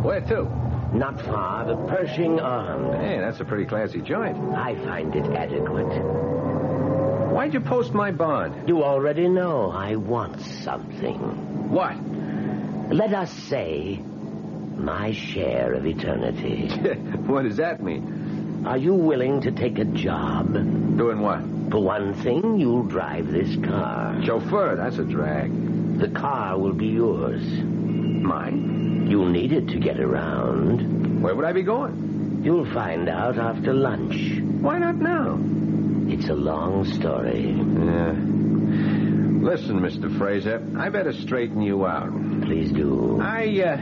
Where to? Not far, the Pershing Arms. Hey, that's a pretty classy joint. I find it adequate. Why'd you post my bond? You already know I want something. What? Let us say my share of eternity. what does that mean? Are you willing to take a job? Doing what? For one thing, you'll drive this car. Chauffeur, that's a drag. The car will be yours. Mine? You'll need it to get around. Where would I be going? You'll find out after lunch. Why not now? It's a long story. Yeah. Listen, Mr. Fraser, I better straighten you out. Please do. I, uh.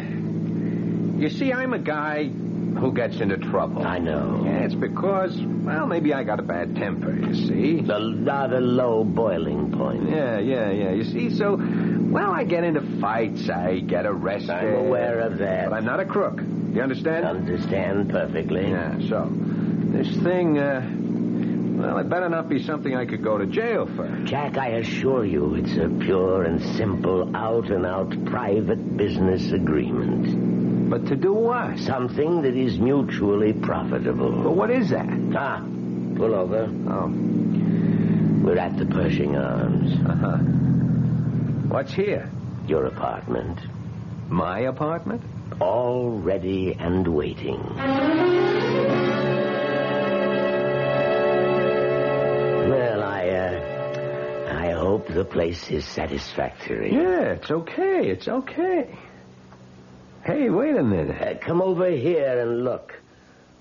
You see, I'm a guy who gets into trouble. I know. Yeah, it's because, well, maybe I got a bad temper, you see. The rather low boiling point. Yeah, yeah, yeah. You see, so, well, I get into fights, I get arrested. I'm aware of that. But I'm not a crook. You understand? Understand perfectly. Yeah, so, this thing, uh. Well, it better not be something I could go to jail for. Jack, I assure you it's a pure and simple out and out private business agreement. But to do what? Something that is mutually profitable. Well, what is that? Ah, pull over. Oh, We're at the Pershing Arms, uh huh. What's here? your apartment. My apartment? All ready and waiting. Well, I, uh, I hope the place is satisfactory. Yeah, it's okay. It's okay. Hey, wait a minute. Uh, come over here and look.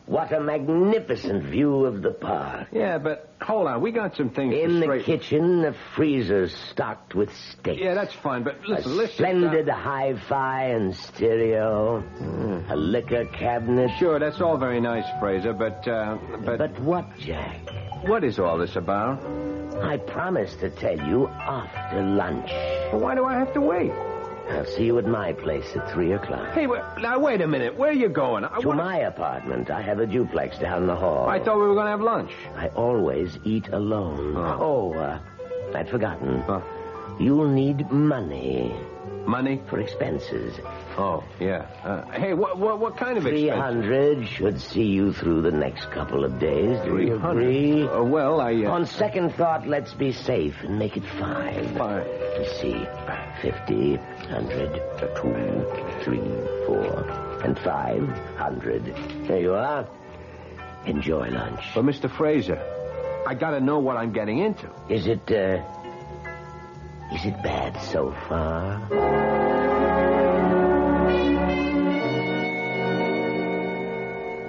What a magnificent view of the park. Yeah, but hold on. We got some things to In the straighten- kitchen, a freezer stocked with steaks. Yeah, that's fine, but a listen, uh, listen. splendid hi-fi and stereo, Hmm. a liquor cabinet. Sure, that's all very nice, Fraser, but, uh, but, But what, Jack? What is all this about? I promised to tell you after lunch. Well, Why do I have to wait? I'll see you at my place at 3 o'clock. Hey, wait, now wait a minute. Where are you going? I, To wanna- my apartment. I have a duplex down the hall. I thought we were going to have lunch. I always eat alone. Oh. Oh, uh, I'd forgotten. Huh. You'll need money Money? for expenses. Oh, yeah. Uh, hey, what, what what kind of Three expense? hundred should see you through the next couple of days. Do you agree? Uh, well, I. Uh, On second thought, let's be safe and make it five. Five. Let's see. Fifty, hundred, two, three, four, and five hundred. There you are. Enjoy lunch. But Mr. Fraser, I got to know what I'm getting into. Is it, uh... Is it bad so far?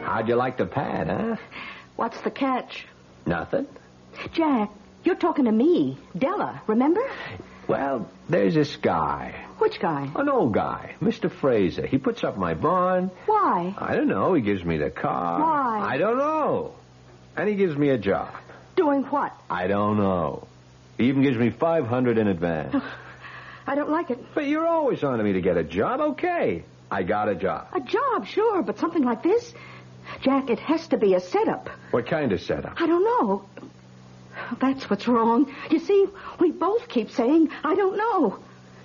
How'd you like the pad, huh? What's the catch? Nothing. Jack, you're talking to me, Della, remember? Well, there's this guy, Which guy? an old guy, Mr. Fraser. He puts up my bond. Why? I don't know. He gives me the car. Why? I don't know. And he gives me a job. Doing what? I don't know. He even gives me five hundred in advance. I don't like it. but you're always on to me to get a job. Okay, I got a job. A job, sure, but something like this? Jack, it has to be a setup. What kind of setup? I don't know. That's what's wrong. You see, we both keep saying, I don't know.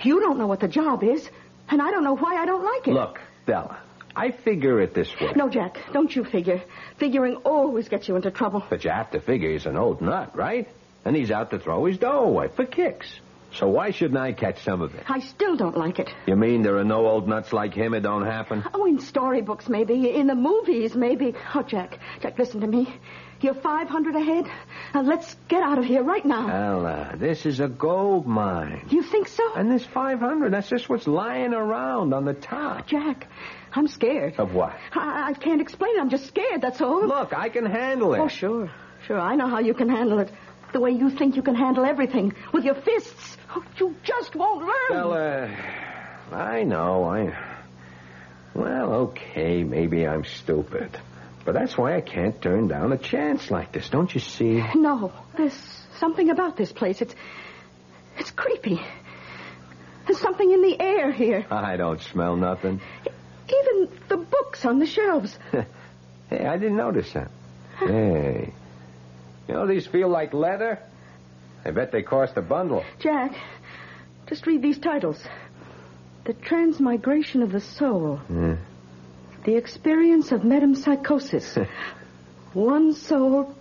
You don't know what the job is, and I don't know why I don't like it. Look, Della, I figure it this way. No, Jack, don't you figure. Figuring always gets you into trouble. But you have to figure he's an old nut, right? And he's out to throw his dough away for kicks. So why shouldn't I catch some of it? I still don't like it. You mean there are no old nuts like him? It don't happen. Oh, in storybooks, maybe. In the movies, maybe. Oh, Jack, Jack, listen to me. You're 500 ahead. Now, let's get out of here right now. Ella, this is a gold mine. you think so? And this 500, that's just what's lying around on the top. Jack, I'm scared. Of what? I, I can't explain it. I'm just scared, that's all. Look, I can handle it. Oh, sure. Sure, I know how you can handle it. The way you think you can handle everything with your fists. Oh, you just won't learn. Ella, I know, I... Well, okay, maybe I'm stupid. But that's why I can't turn down a chance like this, don't you see? No, there's something about this place. It's it's creepy. There's something in the air here. I don't smell nothing. Even the books on the shelves. Hey, I didn't notice that. Hey. You know, these feel like leather. I bet they cost a bundle. Jack, just read these titles. The Transmigration of the Soul. Hmm. The Experience of Metempsychosis. One soul,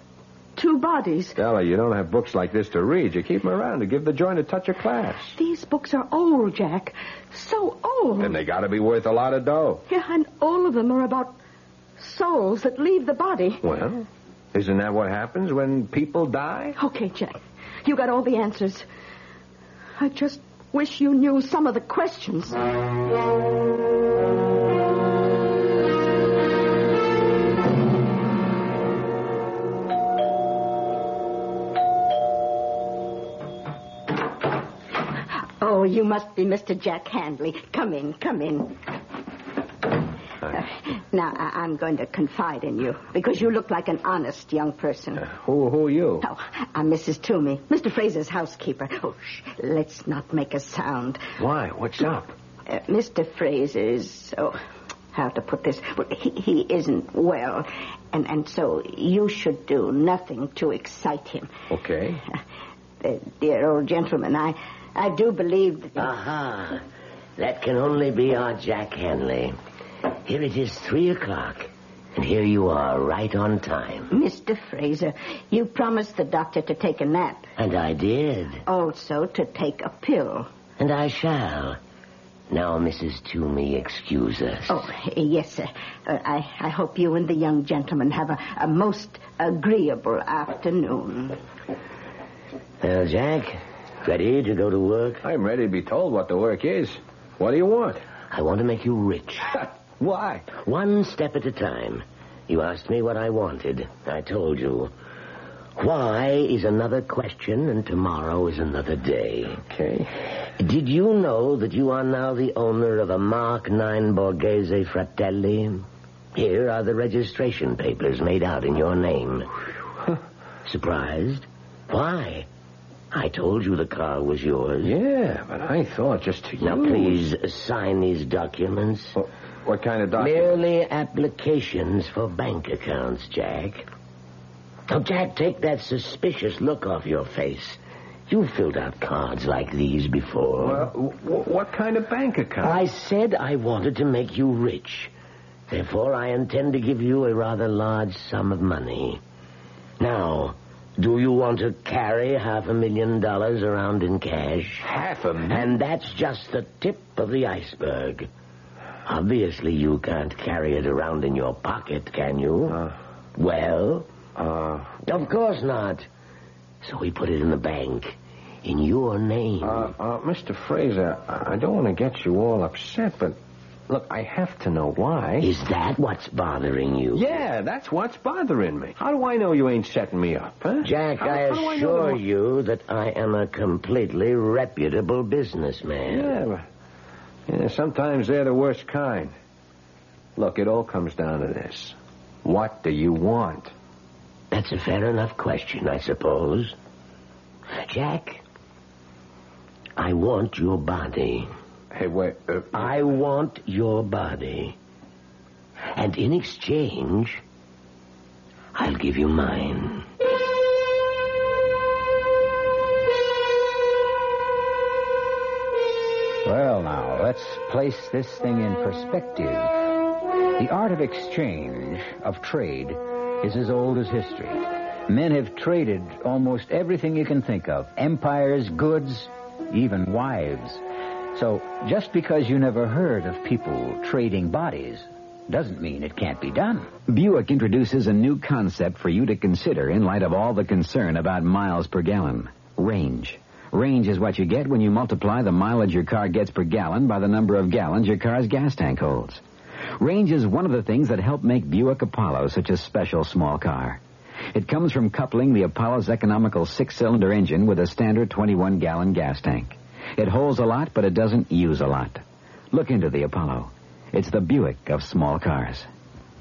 two bodies. Stella, you don't have books like this to read. You keep 'em around to give the joint a touch of class. These books are old, Jack. So old. Then they gotta be worth a lot of dough. Yeah, and all of them are about souls that leave the body. Well, isn't that what happens when people die? Okay, Jack. You got all the answers. I just wish you knew some of the questions. Oh, you must be Mr. Jack Handley. Come in, come in. Now, I- I'm going to confide in you because you look like an honest young person. Uh, Who, who are you? Oh, I'm Mrs. Toomey, Mr. Fraser's housekeeper. Oh, shh, let's not make a sound. Why? What's up? Uh, Mr. Fraser's, oh, how to put this? Well, he, he isn't well, and, and so you should do nothing to excite him. Okay. Uh, dear old gentleman, I, I do believe that. Aha. That can only be our Jack Hanley. Here it is, three o'clock. And here you are, right on time. Mr. Fraser, you promised the doctor to take a nap, And I did. also to take a pill. And I shall. Now, Mrs. Toomey, excuse us. Oh, yes, sir. Uh, I, I hope you and the young gentleman have a, a most agreeable afternoon. Well, Jack, ready to go to work? I'm ready to be told what the work is. What do you want? I want to make you rich. Why? One step at a time. You asked me what I wanted. I told you. Why is another question, and tomorrow is another day. Okay. Did you know that you are now the owner of a Mark Nine Borghese Fratelli? Here are the registration papers made out in your name. Surprised? Why? I told you the car was yours. Yeah, but I thought just to Now, use- please sign these documents. What kind of document? Merely applications for bank accounts, Jack. Now, Jack, take that suspicious look off your face. You filled out cards like these before. Well, w- what kind of bank account? I said I wanted to make you rich. Therefore, I intend to give you a rather large sum of money. Now, do you want to carry half a million dollars around in cash? Half a million. And that's just the tip of the iceberg. Obviously, you can't carry it around in your pocket, can you? well? Uh, Of course not. So we put it in the bank. In your name. Uh, uh, Mr. Fraser, I I don't want to get you all upset, but look, I have to know why. Is that what's bothering you? Yeah, that's what's bothering me. How do I know you ain't setting me up, huh? Jack, How- I how do know assure the- you that I am a completely reputable businessman. Yeah, but, yeah, sometimes they're the worst kind. Look, it all comes down to this. What do you want? That's a fair enough question, I suppose. Jack, I want your body. Hey, wait. Uh, I want your body. And in exchange, I'll give you mine. Well, now, let's place this thing in perspective. The art of exchange, of trade, is as old as history. Men have traded almost everything you can think of empires, goods, even wives. So, just because you never heard of people trading bodies doesn't mean it can't be done. Buick introduces a new concept for you to consider in light of all the concern about miles per gallon range. Range is what you get when you multiply the mileage your car gets per gallon by the number of gallons your car's gas tank holds. Range is one of the things that help make Buick Apollo such a special small car. It comes from coupling the Apollo's economical six cylinder engine with a standard 21 gallon gas tank. It holds a lot, but it doesn't use a lot. Look into the Apollo. It's the Buick of small cars.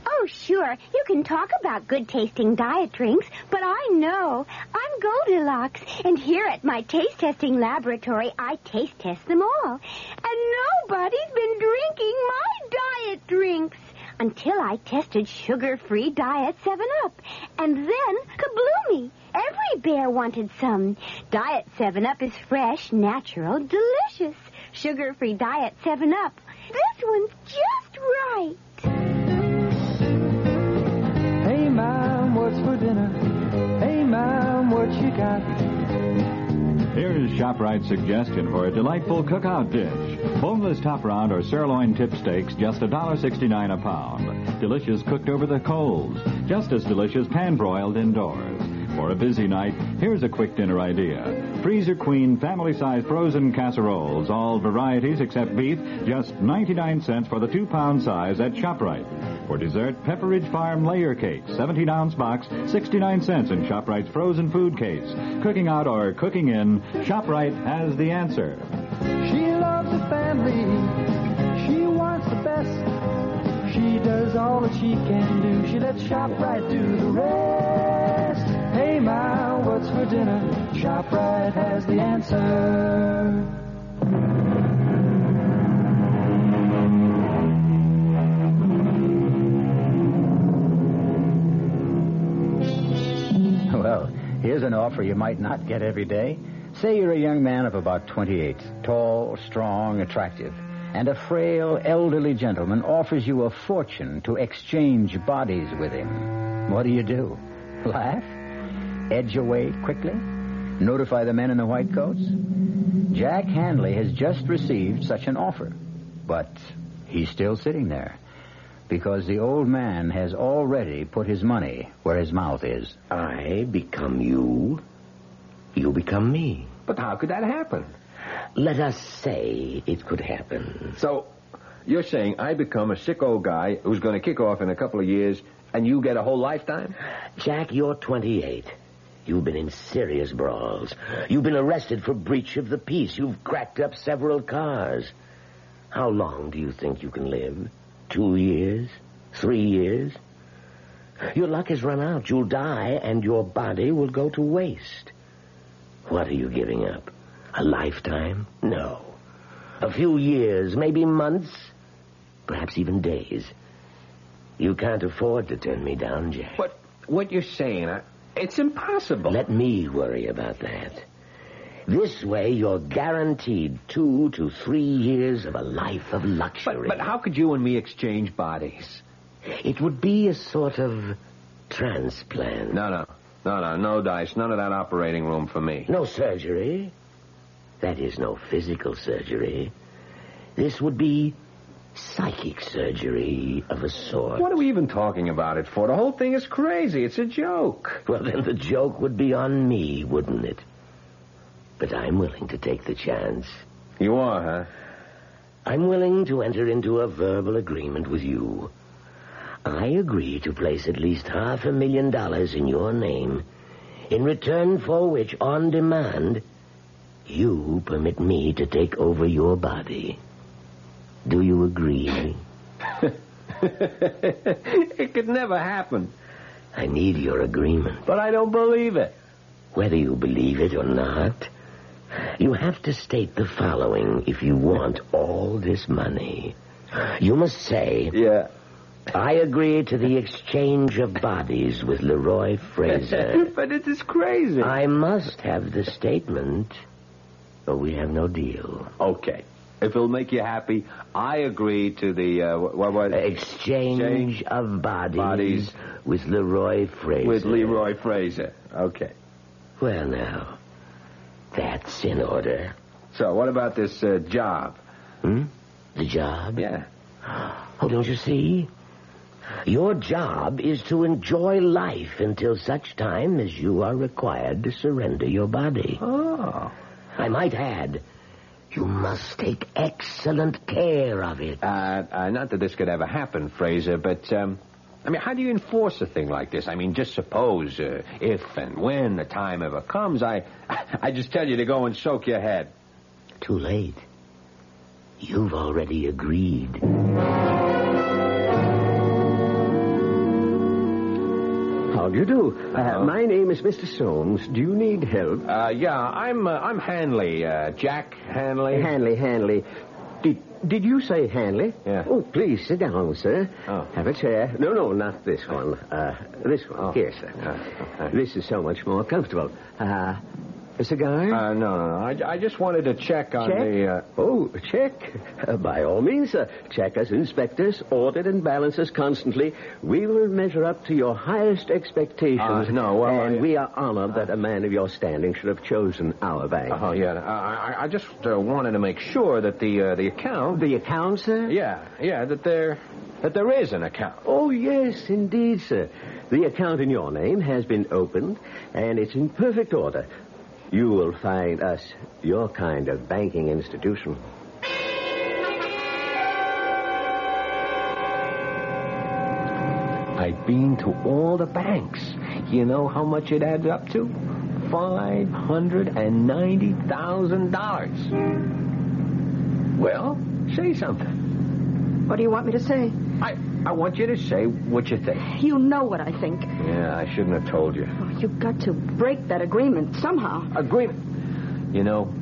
Oh, sure. You can talk about good tasting diet drinks, but I know. I'm Goldilocks, and here at my taste testing laboratory, I taste test them all. And nobody's been drinking my diet drinks until I tested sugar free diet 7 Up. And then, kabloomy! Every bear wanted some. Diet 7 Up is fresh, natural, delicious. Sugar free diet 7 Up. This one's just right. Hey, Mom, what's for dinner? Hey, Mom, what you got? Here is ShopRite's suggestion for a delightful cookout dish. Boneless top round or sirloin tip steaks, just $1.69 a pound. Delicious cooked over the coals. Just as delicious pan-broiled indoors. For a busy night, here's a quick dinner idea. Freezer Queen family-sized frozen casseroles, all varieties except beef, just 99 cents for the two-pound size at ShopRite. For dessert, Pepperidge Farm layer cake, 17-ounce box, 69 cents in ShopRite's frozen food case. Cooking out or cooking in, ShopRite has the answer. She loves the family. She wants the best. She does all that she can do. She lets ShopRite do the rest. Hey, Ma, what's for dinner? ShopRite has the answer. Well, here's an offer you might not get every day. Say you're a young man of about 28, tall, strong, attractive, and a frail, elderly gentleman offers you a fortune to exchange bodies with him. What do you do? Laugh? Edge away quickly? Notify the men in the white coats? Jack Handley has just received such an offer, but he's still sitting there because the old man has already put his money where his mouth is. I become you. You become me. But how could that happen? Let us say it could happen. So, you're saying I become a sick old guy who's going to kick off in a couple of years, and you get a whole lifetime? Jack, you're 28. You've been in serious brawls. You've been arrested for breach of the peace. You've cracked up several cars. How long do you think you can live? Two years? Three years? Your luck has run out. You'll die, and your body will go to waste. What are you giving up? A lifetime? No. A few years, maybe months, perhaps even days. You can't afford to turn me down, Jack. What, what you're saying, I, it's impossible. Let me worry about that. This way, you're guaranteed two to three years of a life of luxury. But how could you and me exchange bodies? It would be a sort of transplant. No, no. No, no, no dice. None of that operating room for me. No surgery. That is no physical surgery. This would be psychic surgery of a sort. What are we even talking about it for? The whole thing is crazy. It's a joke. Well, then the joke would be on me, wouldn't it? But I'm willing to take the chance. You are, huh? I'm willing to enter into a verbal agreement with you. I agree to place at least half a million dollars in your name, in return for which, on demand, you permit me to take over your body. Do you agree? it could never happen. I need your agreement. But I don't believe it. Whether you believe it or not, you have to state the following if you want all this money. You must say. Yeah. I agree to the exchange of bodies with Leroy Fraser. but it is crazy. I must have the statement, or we have no deal. Okay. If it'll make you happy, I agree to the uh, what, what exchange, exchange of bodies, bodies with Leroy Fraser. With Leroy Fraser. Okay. Well, now, that's in order. So, what about this uh, job? Hmm? The job? Yeah. Oh, don't you see? Your job is to enjoy life until such time as you are required to surrender your body. Oh. I might add, you must take excellent care of it. Uh, uh, not that this could ever happen, Fraser, but, um, I mean, how do you enforce a thing like this? I mean, just suppose uh, if and when the time ever comes, I, I just tell you to go and soak your head. Too late. You've already agreed. How do you do? Uh, my name is Mr. Soames. Do you need help? Uh, yeah, I'm uh, I'm Hanley, uh, Jack Hanley. Hanley, Hanley. Did did you say Hanley? Yeah. Oh, please sit down, sir. Oh. Have a chair. No, no, not this one. Uh, this one. Oh. Here, sir. Yeah, okay. This is so much more comfortable. Uh, a cigar? Uh, no, no, no. I, I just wanted to check on check? the. Uh... Oh, check. Uh, by all means, sir. Check us, inspectors, audit and balance us constantly. We will measure up to your highest expectations. Uh, no, well, and I- we are honored that a man of your standing should have chosen our bank. Oh yeah, uh, I, I- I just uh, wanted to make sure that the uh, the account. The account, sir? Yeah, yeah, that there that there is an account. Oh, yes, indeed, sir. The account in your name has been opened, and it's in perfect order. You will find us your kind of banking institution. I've been to all the banks. You know how much it adds up to? Five hundred and ninety thousand dollars. Well, say something. What do you want me to say? I I want you to say what you think. You know what I think. Yeah, I shouldn't have told you. Oh, you've got to break that agreement somehow. Agreement. You know,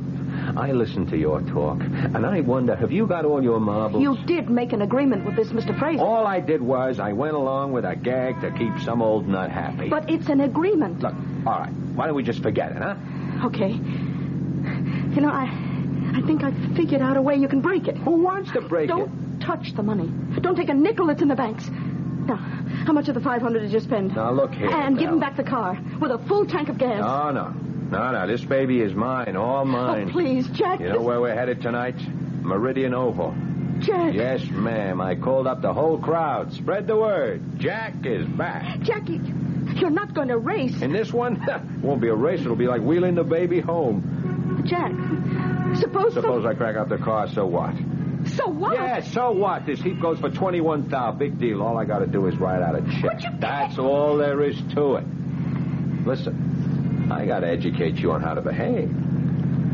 I listened to your talk, and I wonder, have you got all your marbles? You did make an agreement with this Mr. Fraser. All I did was I went along with a gag to keep some old nut happy. But it's an agreement. Look, all right. Why don't we just forget it, huh? Okay. You know, I I think I've figured out a way you can break it. Who wants to break it? Don't touch the money. Don't take a nickel that's in the banks. Now, how much of the 500 did you spend? Now, look here, And give pal. him back the car with a full tank of gas. No, no. No, no. This baby is mine, all mine. Oh, please, Jack. You know where we're headed tonight? Meridian Oval. Jack. Yes, ma'am. I called up the whole crowd. Spread the word. Jack is back. Jack, you, you're not going to race. And this one won't be a race. It'll be like wheeling the baby home. Jack, suppose, Suppose I crack up the car, so what? so. So what? Yeah, so what? This heap goes for twenty-one thousand. Big deal. All I got to do is write out a check. That's all there is to it. Listen, I got to educate you on how to behave.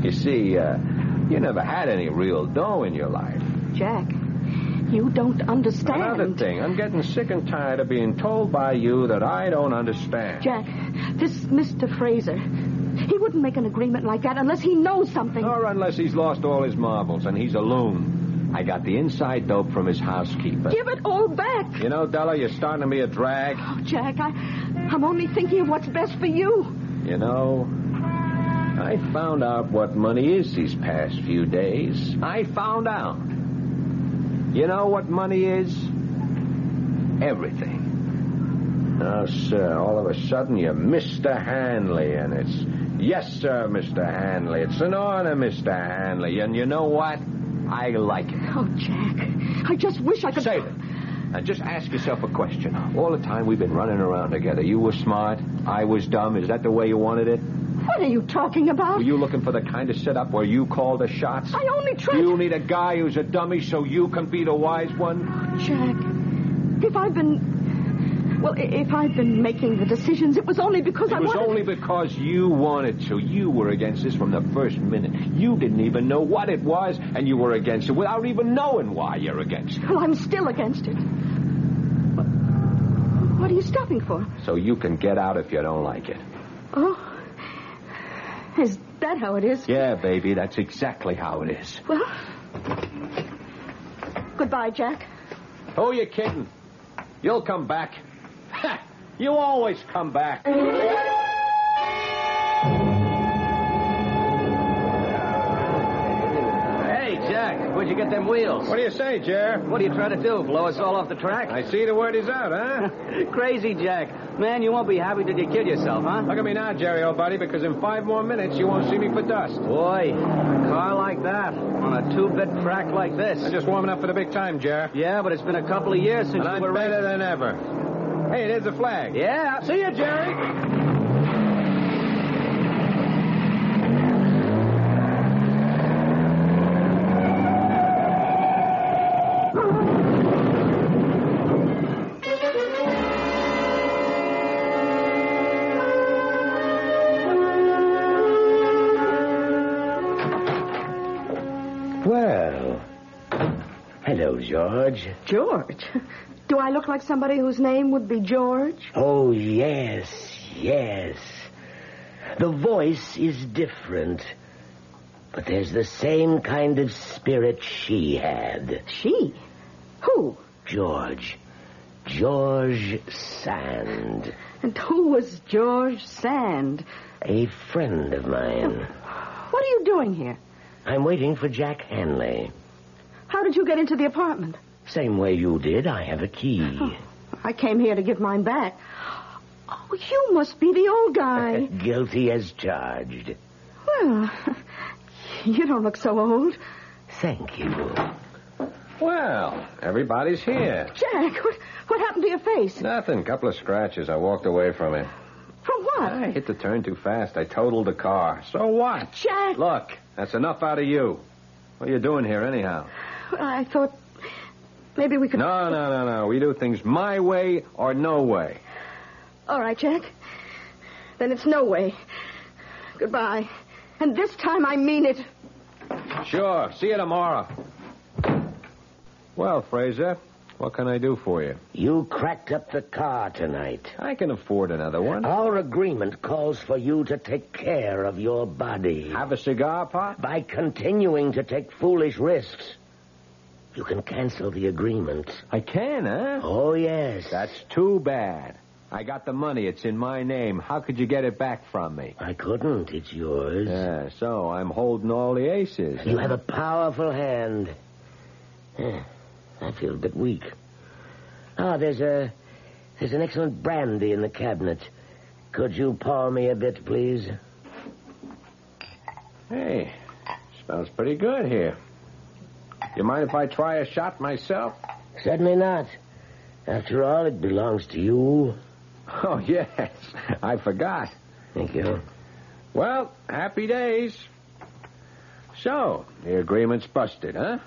You see, uh, you never had any real dough in your life. Jack, You don't understand. Another thing, I'm getting sick and tired of being told by you that I don't understand. Jack, this Mr. Fraser, he wouldn't make an agreement like that unless he knows something. Or unless he's lost all his marbles and he's a loon. I got the inside dope from his housekeeper. Give it all back. You know, Della, you're starting to be a drag. Oh, Jack, I, I'm only thinking of what's best for you. You know, I found out what money is these past few days. I found out. You know what money is? Everything. Now, sir, all of a sudden you're Mr. Hanley, and it's, yes, sir, Mr. Hanley. It's an honor, Mr. Hanley. And you know what? I like it. Oh, Jack, I just wish I could. Save it. Now, just ask yourself a question. All the time we've been running around together, you were smart, I was dumb. Is that the way you wanted it? What are you talking about? Were you looking for the kind of setup where you call the shots? I only tried. You need a guy who's a dummy so you can be the wise one? Jack, if I've been. Well, i- if I've been making the decisions, it was only because I It was wanted. only because you wanted to. You were against this from the first minute. You didn't even know what it was, and you were against it without even knowing why you're against it. Well, I'm still against it. What, what are you stopping for? So you can get out if you don't like it. Oh. Is that how it is? Yeah, baby, that's exactly how it is. Well. Goodbye, Jack. Who you kidding? You'll come back. you always come back. Hey, Jack, where'd you get them wheels? What do you say, Jer? What are you trying to do? Blow us all off the track? I see the word is out, huh? Crazy, Jack. Man, you won't be happy till you kill yourself, huh? Look at me now, Jerry, old buddy, because in five more minutes you won't see me for dust. Boy, a car like that on a two-bit track like this. I'm just warming up for the big time, Jer. Yeah, but it's been a couple of years since And we I'm were better racing. than ever. Hey, there's a flag. Yeah, see you, Jerry. Well, hello, George. George? Do I look like somebody whose name would be George? Oh, yes, yes. The voice is different, but there's the same kind of spirit she had. She? Who? George. George Sand. And who was George Sand? A friend of mine. What are you doing here? I'm waiting for Jack Hanley. How did you get into the apartment? Same way you did, I have a key. I came here to give mine back. Oh, you must be the old guy. Guilty as charged. well, you don't look so old. Thank you. Well, everybody's here. Jack, what, what happened to your face? Nothing. Couple of scratches. I walked away from it. From what? I hit the turn too fast. I totaled the car. So what? Jack! Look, that's enough out of you. What are you doing here, anyhow? I thought maybe we could. No, no, no, no. We do things my way or no way. All right, Jack. Then it's no way. Goodbye. And this time I mean it. Sure. See you tomorrow. Well, Fraser, what can I do for you? You cracked up the car tonight. I can afford another one. Our agreement calls for you to take care of your body. Have a cigar, Pop? By continuing to take foolish risks. You can cancel the agreement. I can, huh? Oh, yes. That's too bad. I got the money. It's in my name. How could you get it back from me? I couldn't. It's yours. Yeah, so I'm holding all the aces. You have a powerful hand. Eh, I feel a bit weak. Ah, there's a there's an excellent brandy in the cabinet. Could you pour me a bit, please? Hey, smells pretty good here. You mind if I try a shot myself? Certainly not. After all, it belongs to you. Oh, yes. I forgot. Thank you. Well, happy days. So, the agreement's busted, huh?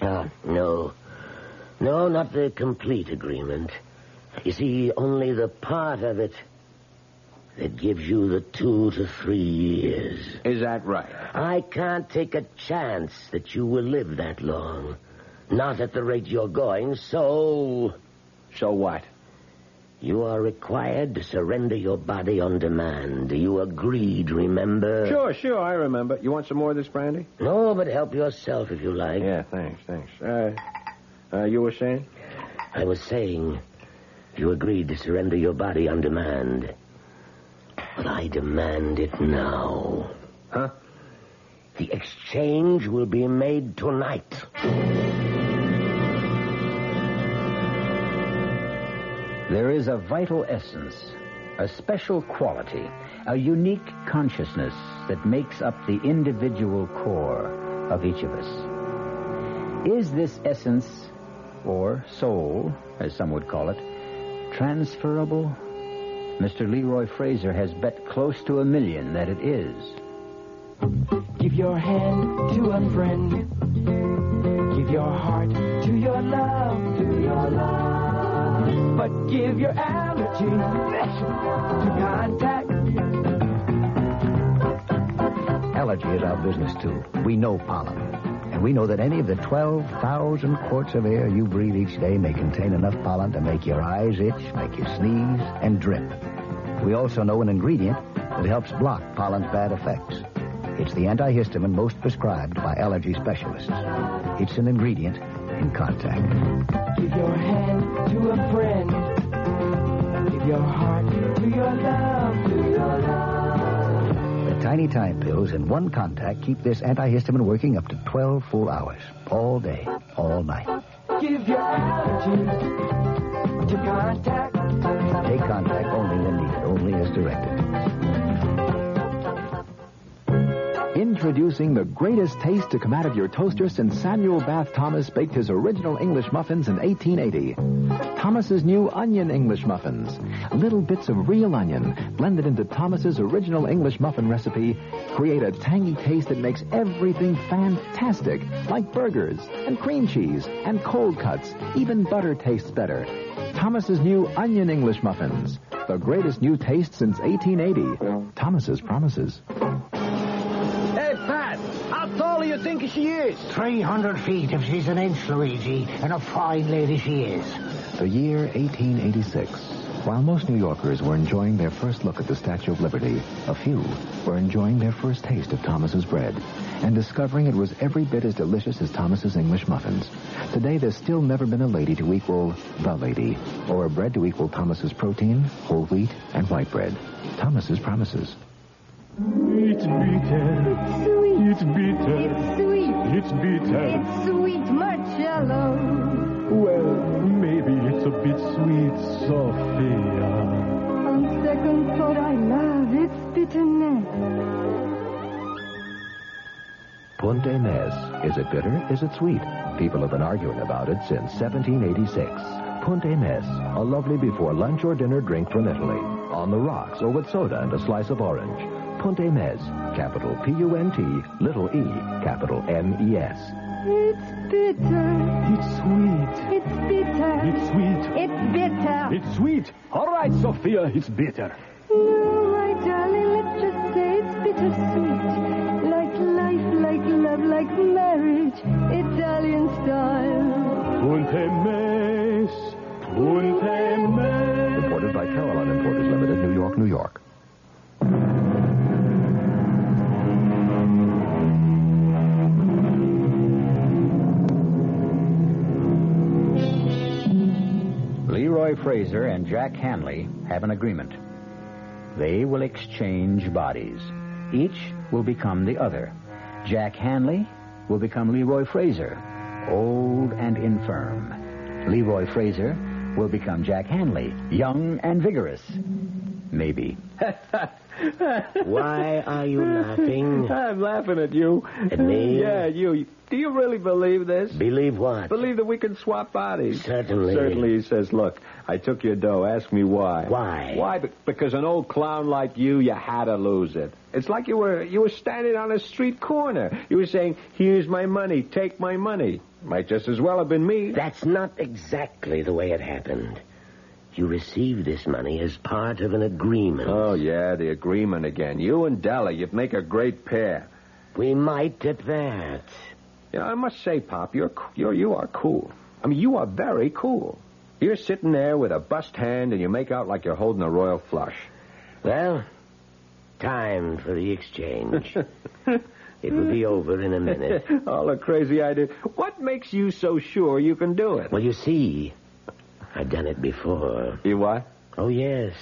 Ah, no. No, not the complete agreement. You see, only the part of it that gives you the two to three years. Is that right? I can't take a chance that you will live that long. Not at the rate you're going, so. So what? You are required to surrender your body on demand. You agreed, remember? Sure, sure, I remember. You want some more of this brandy? No, but help yourself if you like. Yeah, thanks, thanks. Uh, uh, you were saying? I was saying, you agreed to surrender your body on demand. But I demand it now. Huh? The exchange will be made tonight. There is a vital essence, a special quality, a unique consciousness that makes up the individual core of each of us. Is this essence, or soul, as some would call it, transferable? Mr. Leroy Fraser has bet close to a million that it is. Give your hand to a friend. Give your heart to your love, to your love. But give your allergy to contact. Allergy is our business, too. We know pollen. And we know that any of the 12,000 quarts of air you breathe each day may contain enough pollen to make your eyes itch, make you sneeze, and drip. We also know an ingredient that helps block pollen's bad effects. It's the antihistamine most prescribed by allergy specialists. It's an ingredient in contact. Give your hand to a friend. Give your heart to your love, to your love. The tiny time pills in one contact keep this antihistamine working up to 12 full hours, all day, all night. Give your allergy to contact. Take contact only when needed, only as directed. Introducing the greatest taste to come out of your toaster since Samuel Bath Thomas baked his original English muffins in 1880. Thomas's new onion English muffins. Little bits of real onion blended into Thomas's original English muffin recipe create a tangy taste that makes everything fantastic, like burgers and cream cheese and cold cuts. Even butter tastes better. Thomas's new onion English muffins. The greatest new taste since 1880. Thomas's promises. Hey, Pat, how tall do you think she is? 300 feet if she's an inch, Luigi, and a fine lady she is. The year 1886. While most New Yorkers were enjoying their first look at the Statue of Liberty, a few were enjoying their first taste of Thomas's bread and discovering it was every bit as delicious as Thomas's English muffins. Today, there's still never been a lady to equal the lady, or a bread to equal Thomas's protein, whole wheat, and white bread. Thomas's promises. It's bitter. It's sweet. It's bitter. It's sweet. It's bitter. It's sweet Marcello. Well, maybe it's a bit sweet, Sophia. On second thought, I love its bitterness. Punta Inez. Is it bitter? Is it sweet? People have been arguing about it since 1786. Punta Inez, a lovely before lunch or dinner drink from Italy. On the rocks or with soda and a slice of orange. Punta Inez, capital P-U-N-T, little e, capital E M-E-S. It's bitter. It's sweet. It's bitter. It's sweet. It's bitter. It's sweet. All right, Sophia, it's bitter. No, my darling, let's just say it's bittersweet. Like life, like love, like marriage, Italian style. Punta Mes. Punta Mes. Imported by Carolina Importers Limited, New York, New York. Leroy Fraser and Jack Hanley have an agreement. They will exchange bodies. Each will become the other. Jack Hanley will become Leroy Fraser, old and infirm. Leroy Fraser will become Jack Hanley, young and vigorous. Maybe. Why are you laughing? I'm laughing at you. At me? Yeah, you. Do you really believe this? Believe what? Believe that we can swap bodies. Certainly. Certainly, he says, look, I took your dough. Ask me why. Why? Why? Be- because an old clown like you, you had to lose it. It's like you were you were standing on a street corner. You were saying, here's my money, take my money. Might just as well have been me. That's not exactly the way it happened. You received this money as part of an agreement. Oh, yeah, the agreement again. You and Della, you'd make a great pair. We might at that. You know, I must say, Pop, you're, c- you're you are cool. I mean, you are very cool. You're sitting there with a bust hand, and you make out like you're holding a royal flush. Well, time for the exchange. it will be over in a minute. All a crazy idea. What makes you so sure you can do it? Well, you see, I've done it before. You what? Oh, yes.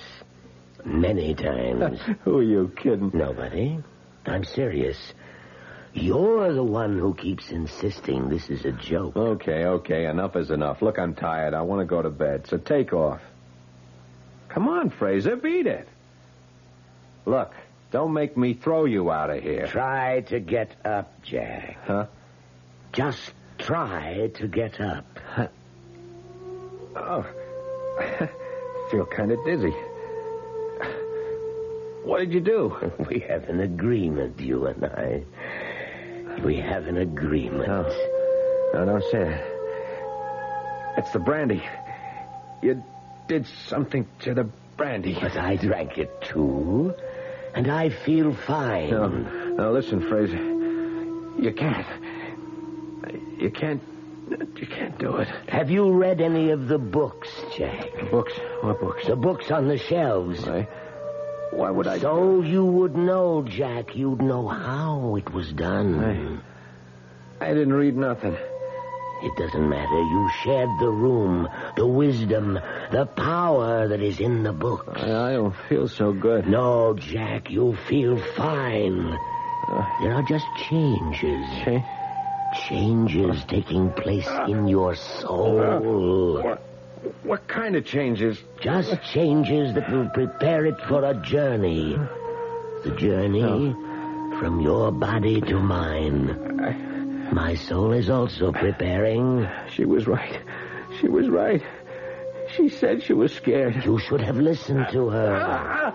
Many times. who are you kidding? Nobody. I'm serious. You're the one who keeps insisting this is a joke. Okay, okay, enough is enough. Look, I'm tired. I want to go to bed, so take off. Come on, Fraser, beat it. Look, don't make me throw you out of here. Try to get up, Jack. Huh? Just try to get up. Oh, feel kind of dizzy. What did you do? We have an agreement, you and I. We have an agreement. No, don't say that. It's the brandy. You did something to the brandy. But I drank it too, and I feel fine. No, no, listen, Fraser. You can't. You can't. You can't do it. Have you read any of the books, Jack? Books? What books? The books on the shelves. Why? Why would I? So you would know, Jack. You'd know how it was done. I didn't read nothing. It doesn't matter. You shared the room, the wisdom, the power that is in the books. I don't feel so good. No, Jack, you feel fine. Uh. There are just changes. Changes taking place in your soul. What kind of changes? Just changes that will prepare it for a journey. The journey from your body to mine. My soul is also preparing. She was right. She was right. She said she was scared. You should have listened to her. Ah,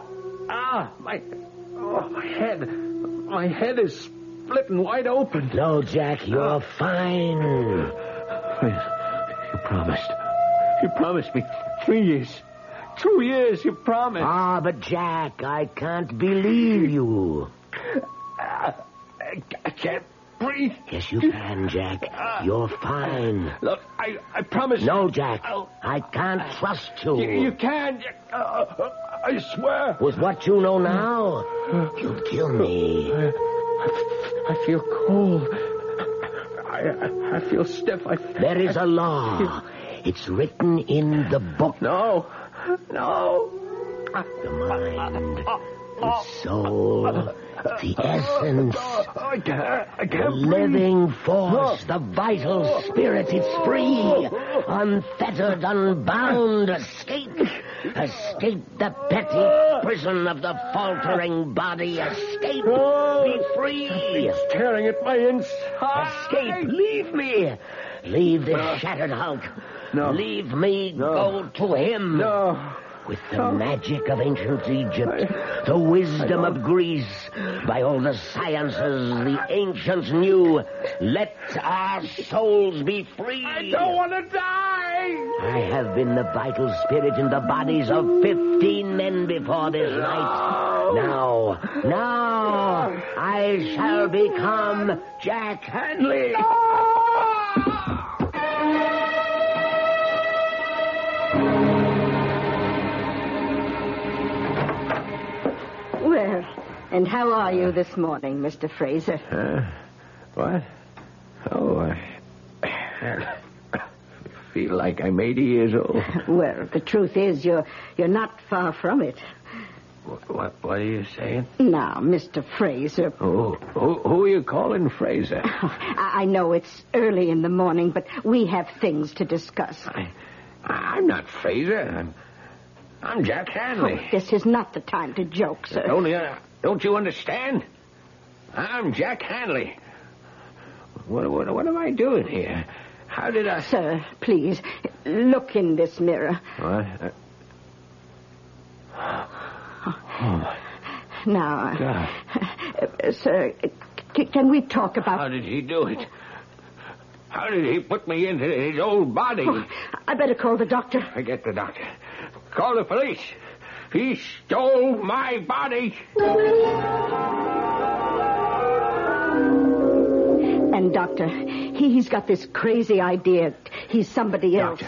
ah, my, oh, my head. My head is splitting wide open. Ah. No, Jack, you're fine. You promised. You promised me three years. Two years, you promised. Ah, but Jack, I can't believe you. I, I can't breathe. Ah. Yes, you can, Jack. You're fine. Look, I, I promise. No, Jack, I can't trust you. You, you can't. Uh, uh, I swear. With what you know now, you'll kill me. I feel cold. I, I feel stiff. I, There is a law. It's written in the book. No. No. The mind, the soul, the essence, I can't. I the can't breathe. living force, the vital spirit. It's free, unfettered, unbound. Escape. Escape the petty prison of the faltering body. Escape. Be free. It's tearing at my inside. Escape! Leave me! Leave this shattered hulk. No. Leave me. Go to him. No. With the magic of ancient Egypt, the wisdom of Greece, by all the sciences the ancients knew, let our souls be free. I don't want to die. I have been the vital spirit in the bodies of 15 men before this night. Now, now, I shall become Jack Hanley. Well, and how are you this morning, Mr. Fraser? What? Oh, I, I feel like I'm 80 years old. Well, the truth is, you're you're not far from it. What, what, what are you saying? Now, Mr. Fraser, Who, who, who are you calling Fraser? I, I know it's early in the morning, but we have things to discuss. I'm not Fraser. I'm, I'm Jack Hanley. Oh, This is not the time to joke, sir. Don't, you- don't you understand? I'm Jack Hanley. What, what, what am I doing here? How did I... Sir, please, look in this mirror. What? Uh, Oh, my Now, God. uh, sir, c- can we talk about How did he do it? How did he put me into his old body? Oh, I better call the doctor. Forget the doctor. Call the police. He stole my body. And, doctor, He, he's got this crazy idea he's somebody else.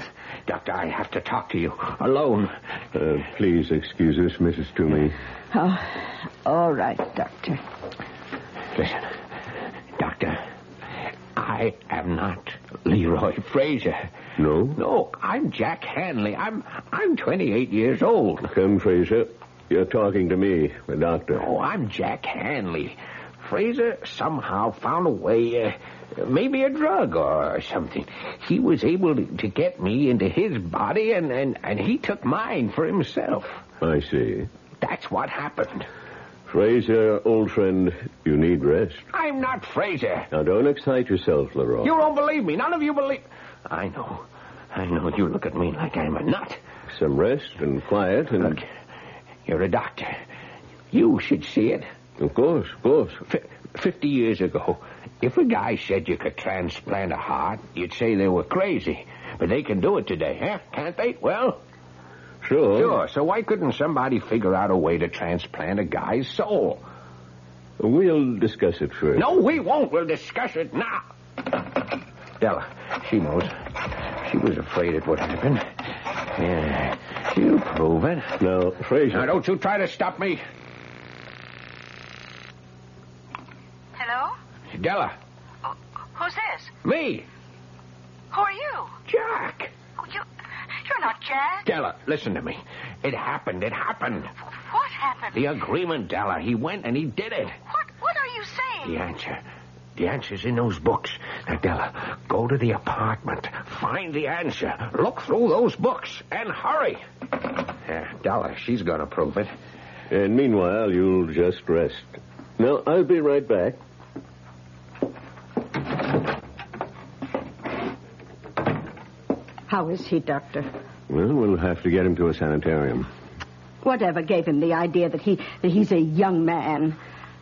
Doctor, I have to talk to you alone. Uh, please excuse us, Mrs. Toomey. Oh, all right, Doctor. Listen, Doctor, I am not Leroy Fraser. No? No, I'm Jack Hanley. I'm I'm 28 years old. Come, Fraser. You're talking to me, the doctor. Oh, I'm Jack Hanley. Fraser somehow found a way, uh, maybe a drug or something. He was able to, to get me into his body, and, and, and he took mine for himself. I see. That's what happened. Fraser, old friend, you need rest. I'm not Fraser. Now, don't excite yourself, Leroy. You won't believe me. None of you believe. I know. I know. You look at me like I'm a nut. Some rest and quiet and. Look, you're a doctor. You should see it. Of course, of course. F- Fifty years ago, if a guy said you could transplant a heart, you'd say they were crazy. But they can do it today, huh? Can't they? Well, Sure. Sure. So why couldn't somebody figure out a way to transplant a guy's soul? We'll discuss it first. No, we won't. We'll discuss it now. Della, she knows. She was afraid it would happen. Yeah, she'll prove it. No, Fraser. Now, don't you try to stop me. Hello? Della, Who's this? me. Who are you? Jack. You, you're not Jack. Della, listen to me. It happened. It happened. What happened? The agreement, Della. He went and he did it. What, what are you saying? The answer. The answer's in those books. Now, Della, go to the apartment. Find the answer. Look through those books and hurry. Yeah, Della, she's going to prove it. And meanwhile, you'll just rest. Now, I'll be right back. How is he, Doctor? Well, we'll have to get him to a sanitarium. Whatever gave him the idea that he that he's a young man?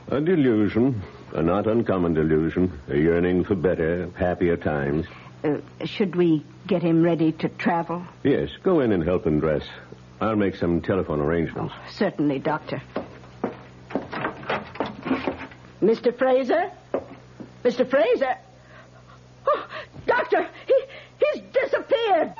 A delusion, a not uncommon delusion, a yearning for better, happier times. Uh, should we get him ready to travel? Yes, go in and help him dress. I'll make some telephone arrangements. Certainly, Doctor. Mr. Fraser? Mr. Fraser? Oh, doctor, he, he's disappeared.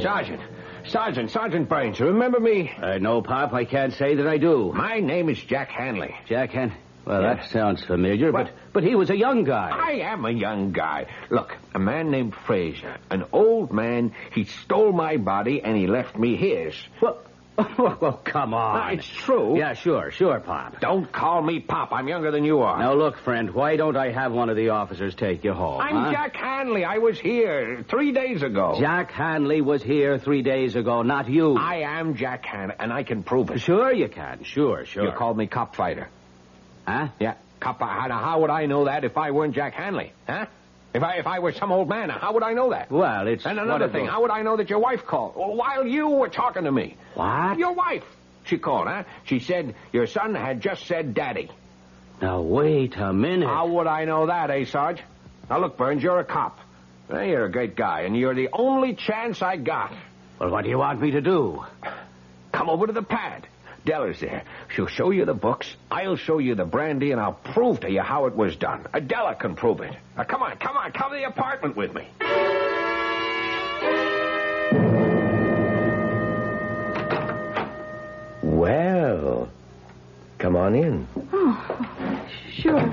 Sergeant. Sergeant, Sergeant Burns, you remember me? Uh, no, Pop, I can't say that I do. My name is Jack Hanley. Jack Hen. Well, Yeah. that sounds familiar, What? but but he was a young guy. I am a young guy. Look, a man named Fraser, an old man, he stole my body and he left me his. Well, well come on. it's true. Yeah, sure, sure, Pop. Don't call me Pop. I'm younger than you are. Now look, friend, why don't I have one of the officers take you home? I'm huh? Jack Hanley. I was here three days ago. Jack Hanley was here three days ago, not you. I am Jack Hanley, and I can prove it. Sure you can. Sure, sure. You called me cop fighter. Huh? Yeah, cop. How, how would I know that if I weren't Jack Hanley? Huh? If I if I were some old man, how would I know that? Well, it's and one another of thing, those- how would I know that your wife called Well, while you were talking to me? What? Your wife. She called, huh? She said your son had just said daddy. Now wait a minute. How would I know that, eh, Sarge? Now look, Burns, you're a cop. Hey, You're a great guy, and you're the only chance I got. Well, what do you want me to do? Come over to the pad. Della's there. She'll show you the books. I'll show you the brandy, and I'll prove to you how it was done. Adela can prove it. Now, come on, come on, come to the apartment with me. Well, come on in. Oh, Sure.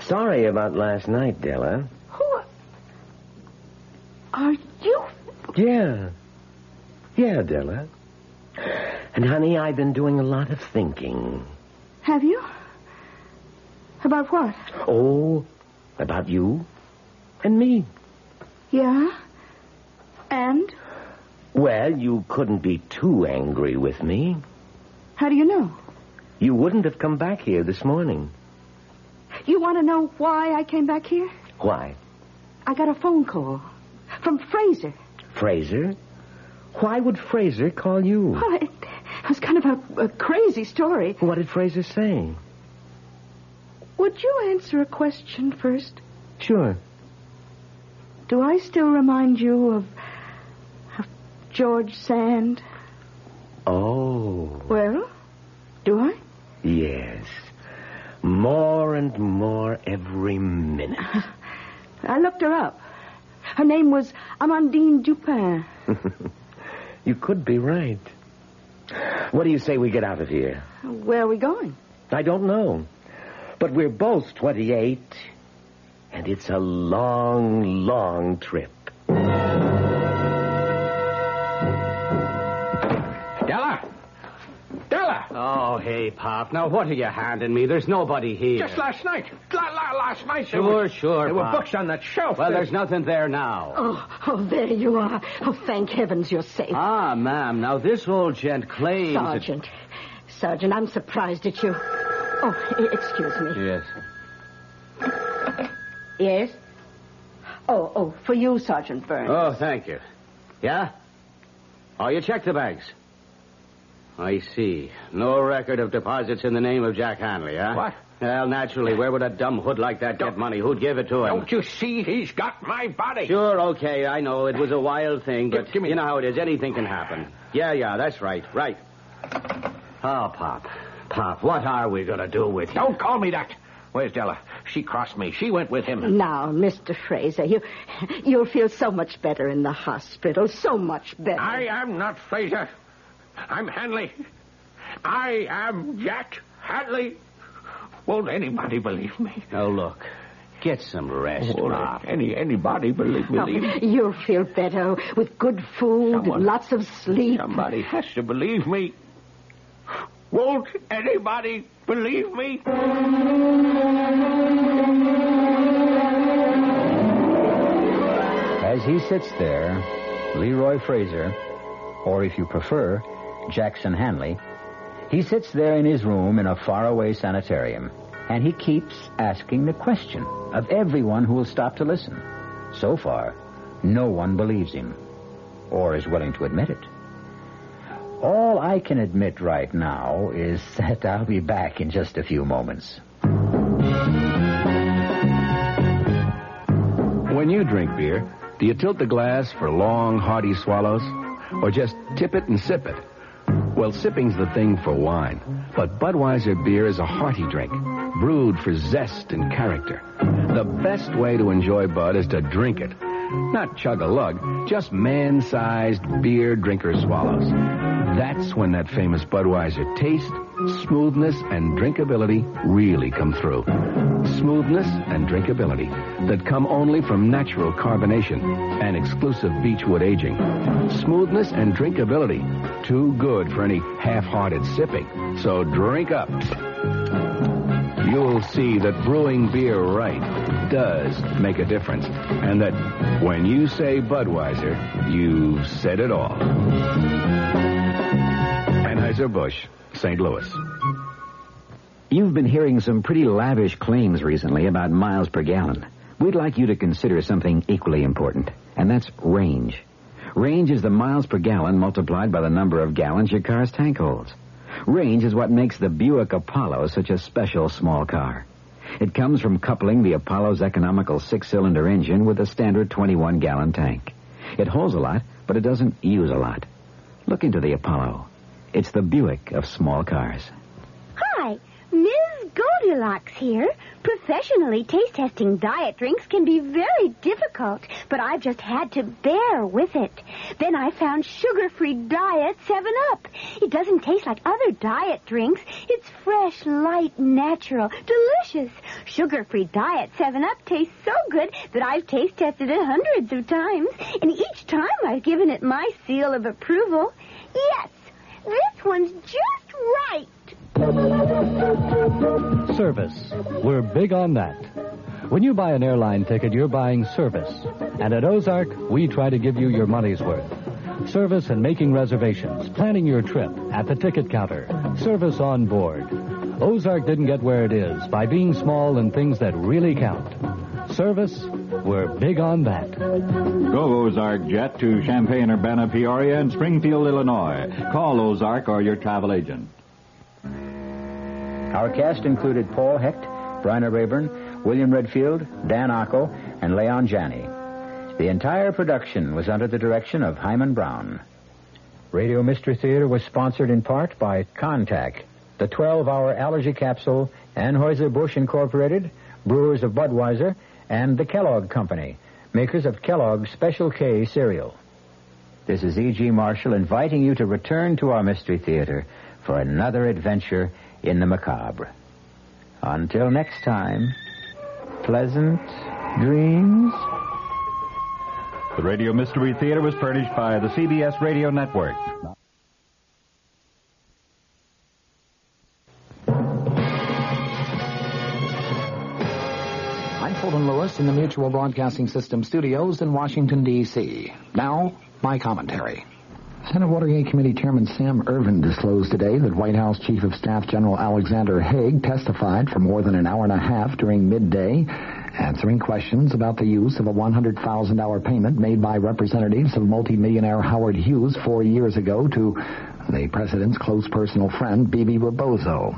Sorry about last night, Della. Who are you? Yeah. Yeah, Della. And, honey, I've been doing a lot of thinking. Have you? About what? Oh, about you and me. Yeah. And Well, you couldn't be too angry with me. how do you know? You wouldn't have come back here this morning. You want to know why I came back here? Why? I got a phone call from Fraser. Fraser? Why would Fraser call you? Well, Oh, it, it was kind of a, a crazy story. What did Fraser say? Would you answer a question first? Sure. Do I still remind you of, of George Sand? Oh, Well, do I? yes. More and more every minute. I looked her up. Her name was Amandine Dupin. you could be right. What do you say we get out of here? Where are we going? I don't know. But we're both 28, and it's a long, long trip. Della! Della! Oh, hey, Pop. Now, what are you handing me? There's nobody here. Just last night. La, la, last night. there Sure, were- sure. There were Pop. books on that shelf. Well, there's nothing there now. Oh, oh, there you are. Oh, thank heavens you're safe. Ah, ma'am. Now, this old gent claims. that- Sergeant. Sergeant, I'm surprised at you. Oh, e- excuse me. Yes. Yes? Oh, oh, for you, Sergeant Burns. Oh, thank you. Yeah? Oh, you checked the banks. I see. No record of deposits in the name of Jack Hanley, huh? What? Well, naturally, where would a dumb hood like that get money? Who'd give it to him? Don't you see? He's got my body. Sure, okay, I know. It was a wild thing, but you know how it is. Anything can happen. Yeah, yeah, that's right, right. Oh, Pop. Pop, what are we going to do with you? Don't call me that. Where's Della? She crossed me. She went with him. Now, Mr. Fraser, you, you'll feel so much better in the hospital. So much better. I am not Fraser. I'm Hanley. I am Jack Hanley. Won't anybody believe me? Now, look. Get some rest, Pop. Ah, Any anybody believe Oh, believe me? you'll feel better with good food, lots of sleep. Somebody has to believe me. Won't anybody believe me? As he sits there, Leroy Fraser, or if you prefer, Jackson Hanley, he sits there in his room in a faraway sanitarium, and he keeps asking the question of everyone who will stop to listen. So far, no one believes him, or is willing to admit it. All I can admit right now is that I'll be back in just a few moments. When you drink beer, do you tilt the glass for long, hearty swallows? Or just tip it and sip it? Well, sipping's the thing for wine, but Budweiser beer is a hearty drink, brewed for zest and character. The best way to enjoy Bud is to drink it. Not chug a lug, just man sized beer drinker swallows. That's when that famous Budweiser taste, smoothness, and drinkability really come through. Smoothness and drinkability that come only from natural carbonation and exclusive beechwood aging. Smoothness and drinkability, too good for any half hearted sipping. So drink up. You'll see that brewing beer right does make a difference, and that when you say Budweiser, you've said it all. Anheuser-Busch, St. Louis. You've been hearing some pretty lavish claims recently about miles per gallon. We'd like you to consider something equally important, and that's range. Range is the miles per gallon multiplied by the number of gallons your car's tank holds. Range is what makes the Buick Apollo such a special small car. It comes from coupling the Apollo's economical six cylinder engine with a standard 21 gallon tank. It holds a lot, but it doesn't use a lot. Look into the Apollo. It's the Buick of small cars. Hi, Ms. Goldilocks here. Professionally, taste testing diet drinks can be very difficult, but I've just had to bear with it. Then I found sugar free diet 7 Up. It doesn't taste like other diet drinks. It's fresh, light, natural, delicious. Sugar free diet 7 Up tastes so good that I've taste tested it hundreds of times, and each time I've given it my seal of approval. Yes, this one's just right. Service. We're big on that. When you buy an airline ticket, you're buying service. And at Ozark, we try to give you your money's worth. Service and making reservations, planning your trip at the ticket counter, service on board. Ozark didn't get where it is by being small in things that really count. Service, we're big on that. Go Ozark Jet to Champaign, Urbana, Peoria, and Springfield, Illinois. Call Ozark or your travel agent. Our cast included Paul Hecht, Bryna Rayburn, William Redfield, Dan Ocko, and Leon Janney. The entire production was under the direction of Hyman Brown. Radio Mystery Theater was sponsored in part by Contact, the 12 hour allergy capsule, Anheuser-Busch Incorporated, brewers of Budweiser, and the Kellogg Company, makers of Kellogg's Special K cereal. This is E.G. Marshall inviting you to return to our Mystery Theater for another adventure in the macabre. Until next time, pleasant dreams. The Radio Mystery Theater was furnished by the CBS Radio Network. I'm Fulton Lewis in the Mutual Broadcasting System studios in Washington, D.C. Now, my commentary. Senate Watergate Committee Chairman Sam Irvin disclosed today that White House Chief of Staff General Alexander Haig testified for more than an hour and a half during midday, answering questions about the use of a $100,000 payment made by representatives of multimillionaire Howard Hughes four years ago to the president's close personal friend, B.B. Rebozo.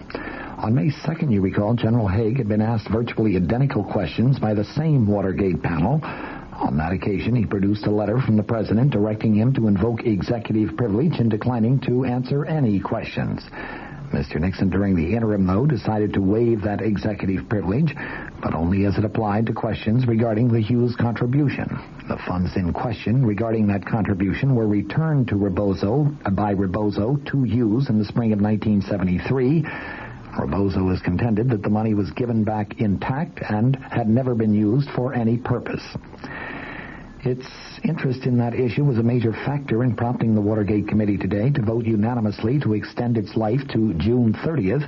On May 2nd, you recall, General Haig had been asked virtually identical questions by the same Watergate panel. On that occasion, he produced a letter from the president directing him to invoke executive privilege and declining to answer any questions. Mr. Nixon, during the interim, though, decided to waive that executive privilege, but only as it applied to questions regarding the Hughes contribution. The funds in question regarding that contribution were returned to Rebozo uh, by Rebozo to Hughes in the spring of 1973. Rebozo has contended that the money was given back intact and had never been used for any purpose. Its interest in that issue was a major factor in prompting the Watergate Committee today to vote unanimously to extend its life to June 30th.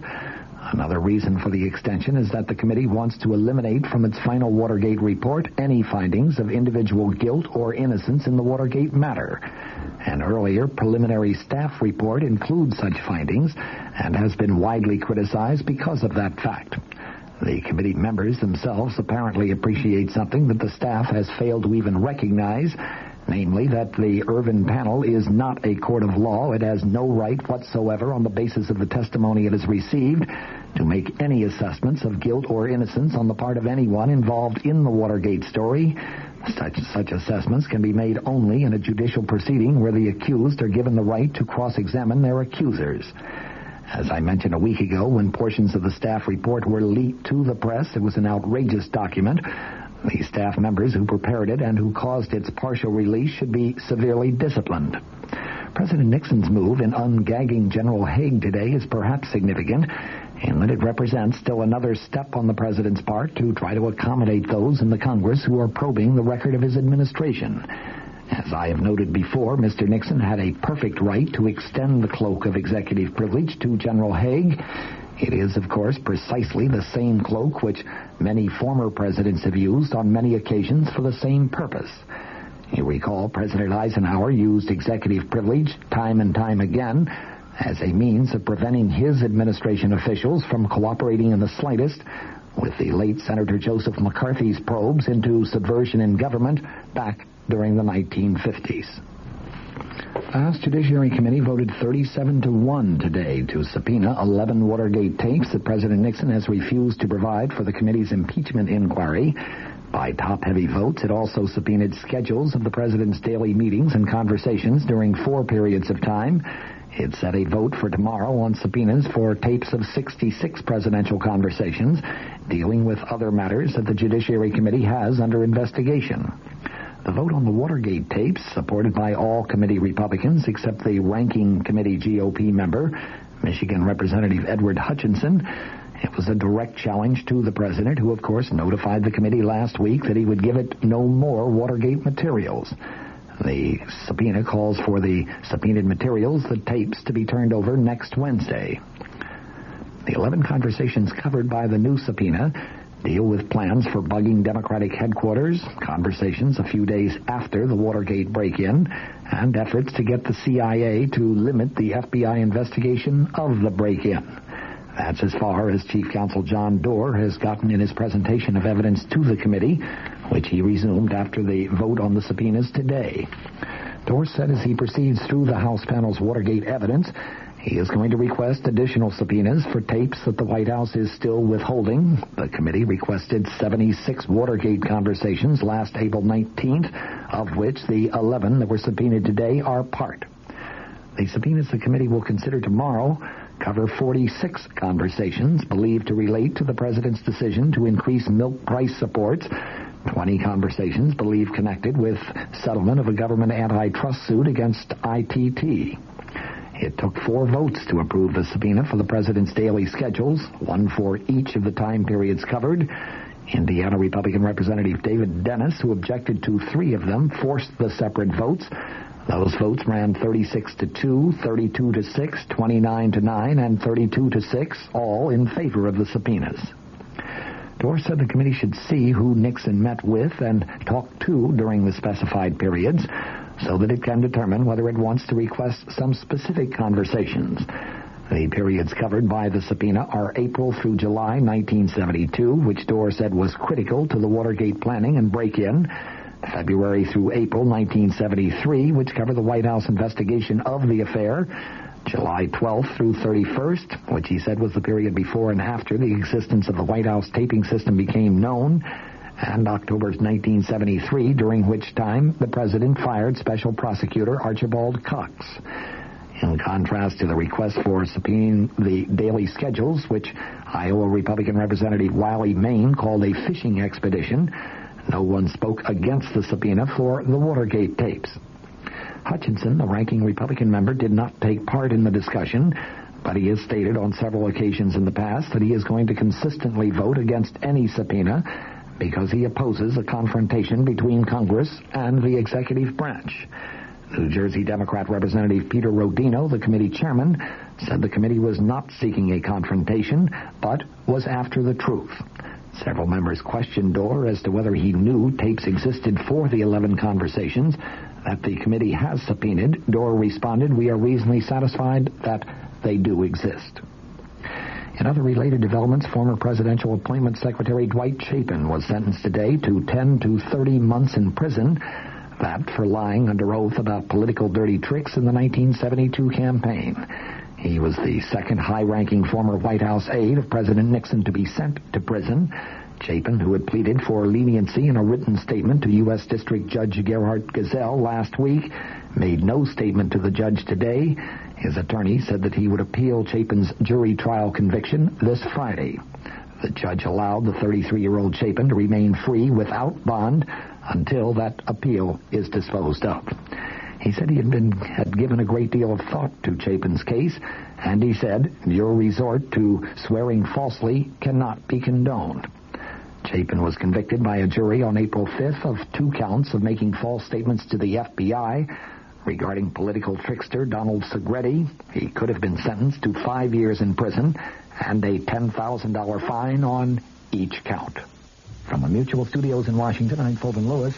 Another reason for the extension is that the committee wants to eliminate from its final Watergate report any findings of individual guilt or innocence in the Watergate matter. An earlier preliminary staff report includes such findings and has been widely criticized because of that fact. The committee members themselves apparently appreciate something that the staff has failed to even recognize, namely that the Irvin panel is not a court of law. It has no right whatsoever on the basis of the testimony it has received to make any assessments of guilt or innocence on the part of anyone involved in the Watergate story. Such, such assessments can be made only in a judicial proceeding where the accused are given the right to cross-examine their accusers. As I mentioned a week ago, when portions of the staff report were leaked to the press, it was an outrageous document. The staff members who prepared it and who caused its partial release should be severely disciplined. President Nixon's move in ungagging General Haig today is perhaps significant in that it represents still another step on the president's part to try to accommodate those in the Congress who are probing the record of his administration. As I have noted before, Mr. Nixon had a perfect right to extend the cloak of executive privilege to General Haig. It is, of course, precisely the same cloak which many former presidents have used on many occasions for the same purpose. You recall President Eisenhower used executive privilege time and time again as a means of preventing his administration officials from cooperating in the slightest with the late Senator Joseph McCarthy's probes into subversion in government back during the 1950s. The House Judiciary Committee voted 37 to 1 today to subpoena 11 Watergate tapes that President Nixon has refused to provide for the committee's impeachment inquiry. By top heavy votes, it also subpoenaed schedules of the president's daily meetings and conversations during four periods of time. It set a vote for tomorrow on subpoenas for tapes of 66 presidential conversations dealing with other matters that the Judiciary Committee has under investigation. The vote on the Watergate tapes, supported by all committee Republicans except the ranking committee GOP member, Michigan Representative Edward Hutchinson, it was a direct challenge to the president, who, of course, notified the committee last week that he would give it no more Watergate materials. The subpoena calls for the subpoenaed materials, the tapes, to be turned over next Wednesday. The 11 conversations covered by the new subpoena deal with plans for bugging Democratic headquarters, conversations a few days after the Watergate break in, and efforts to get the CIA to limit the FBI investigation of the break in. That's as far as Chief Counsel John Doerr has gotten in his presentation of evidence to the committee, which he resumed after the vote on the subpoenas today. Doerr said as he proceeds through the House panel's Watergate evidence, he is going to request additional subpoenas for tapes that the White House is still withholding. The committee requested 76 Watergate conversations last April 19th, of which the 11 that were subpoenaed today are part. The subpoenas the committee will consider tomorrow cover 46 conversations believed to relate to the president's decision to increase milk price supports, 20 conversations believed connected with settlement of a government antitrust suit against ITT. It took four votes to approve the subpoena for the president's daily schedules, one for each of the time periods covered. Indiana Republican Representative David Dennis, who objected to three of them, forced the separate votes. Those votes ran 36 to 2, 32 to 6, 29 to 9, and 32 to 6, all in favor of the subpoenas. Dorr said the committee should see who Nixon met with and talked to during the specified periods so that it can determine whether it wants to request some specific conversations. The periods covered by the subpoena are April through July 1972, which Dorr said was critical to the Watergate planning and break in, February through April 1973, which covered the White House investigation of the affair, July 12th through 31st, which he said was the period before and after the existence of the White House taping system became known, and October 1973, during which time the president fired Special Prosecutor Archibald Cox. In contrast to the request for subpoenaing the daily schedules, which Iowa Republican Representative Wiley Maine called a fishing expedition, no one spoke against the subpoena for the Watergate tapes. Hutchinson, the ranking Republican member, did not take part in the discussion, but he has stated on several occasions in the past that he is going to consistently vote against any subpoena because he opposes a confrontation between Congress and the executive branch. New Jersey Democrat Representative Peter Rodino, the committee chairman, said the committee was not seeking a confrontation, but was after the truth. Several members questioned Dorr as to whether he knew tapes existed for the 11 conversations that the committee has subpoenaed. Dorr responded, We are reasonably satisfied that they do exist. In other related developments, former presidential appointment secretary Dwight Chapin was sentenced today to 10 to 30 months in prison. That for lying under oath about political dirty tricks in the 1972 campaign. He was the second high ranking former White House aide of President Nixon to be sent to prison. Chapin, who had pleaded for leniency in a written statement to U.S. District Judge Gerhard Gazelle last week, made no statement to the judge today. His attorney said that he would appeal Chapin's jury trial conviction this Friday. The judge allowed the 33 year old Chapin to remain free without bond until that appeal is disposed of. He said he had, been, had given a great deal of thought to Chapin's case, and he said, Your resort to swearing falsely cannot be condoned. Chapin was convicted by a jury on April 5th of two counts of making false statements to the FBI regarding political trickster Donald Segretti. He could have been sentenced to five years in prison and a $10,000 fine on each count. From the Mutual Studios in Washington, I'm Fulton Lewis.